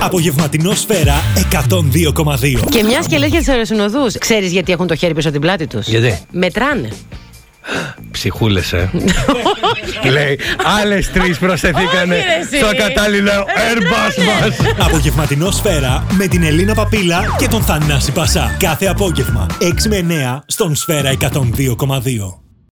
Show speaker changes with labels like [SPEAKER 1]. [SPEAKER 1] Απογευματινό σφαίρα 102,2.
[SPEAKER 2] Και μιας και λες για τις αεροσυνοδούς, ξέρεις γιατί έχουν το χέρι πίσω από την πλάτη τους.
[SPEAKER 3] Γιατί?
[SPEAKER 2] Μετράνε.
[SPEAKER 3] Ψυχούλες, ε. Λέει, άλλες τρεις προσθεθήκανε
[SPEAKER 2] Όχι, ρε, εσύ. Ε,
[SPEAKER 3] στο κατάλληλο Airbus μας.
[SPEAKER 1] Απογευματινό σφαίρα με την Ελίνα Παπίλα και τον Θανάση Πασά. Κάθε απόγευμα 6 με 9 στον σφαίρα 102,2.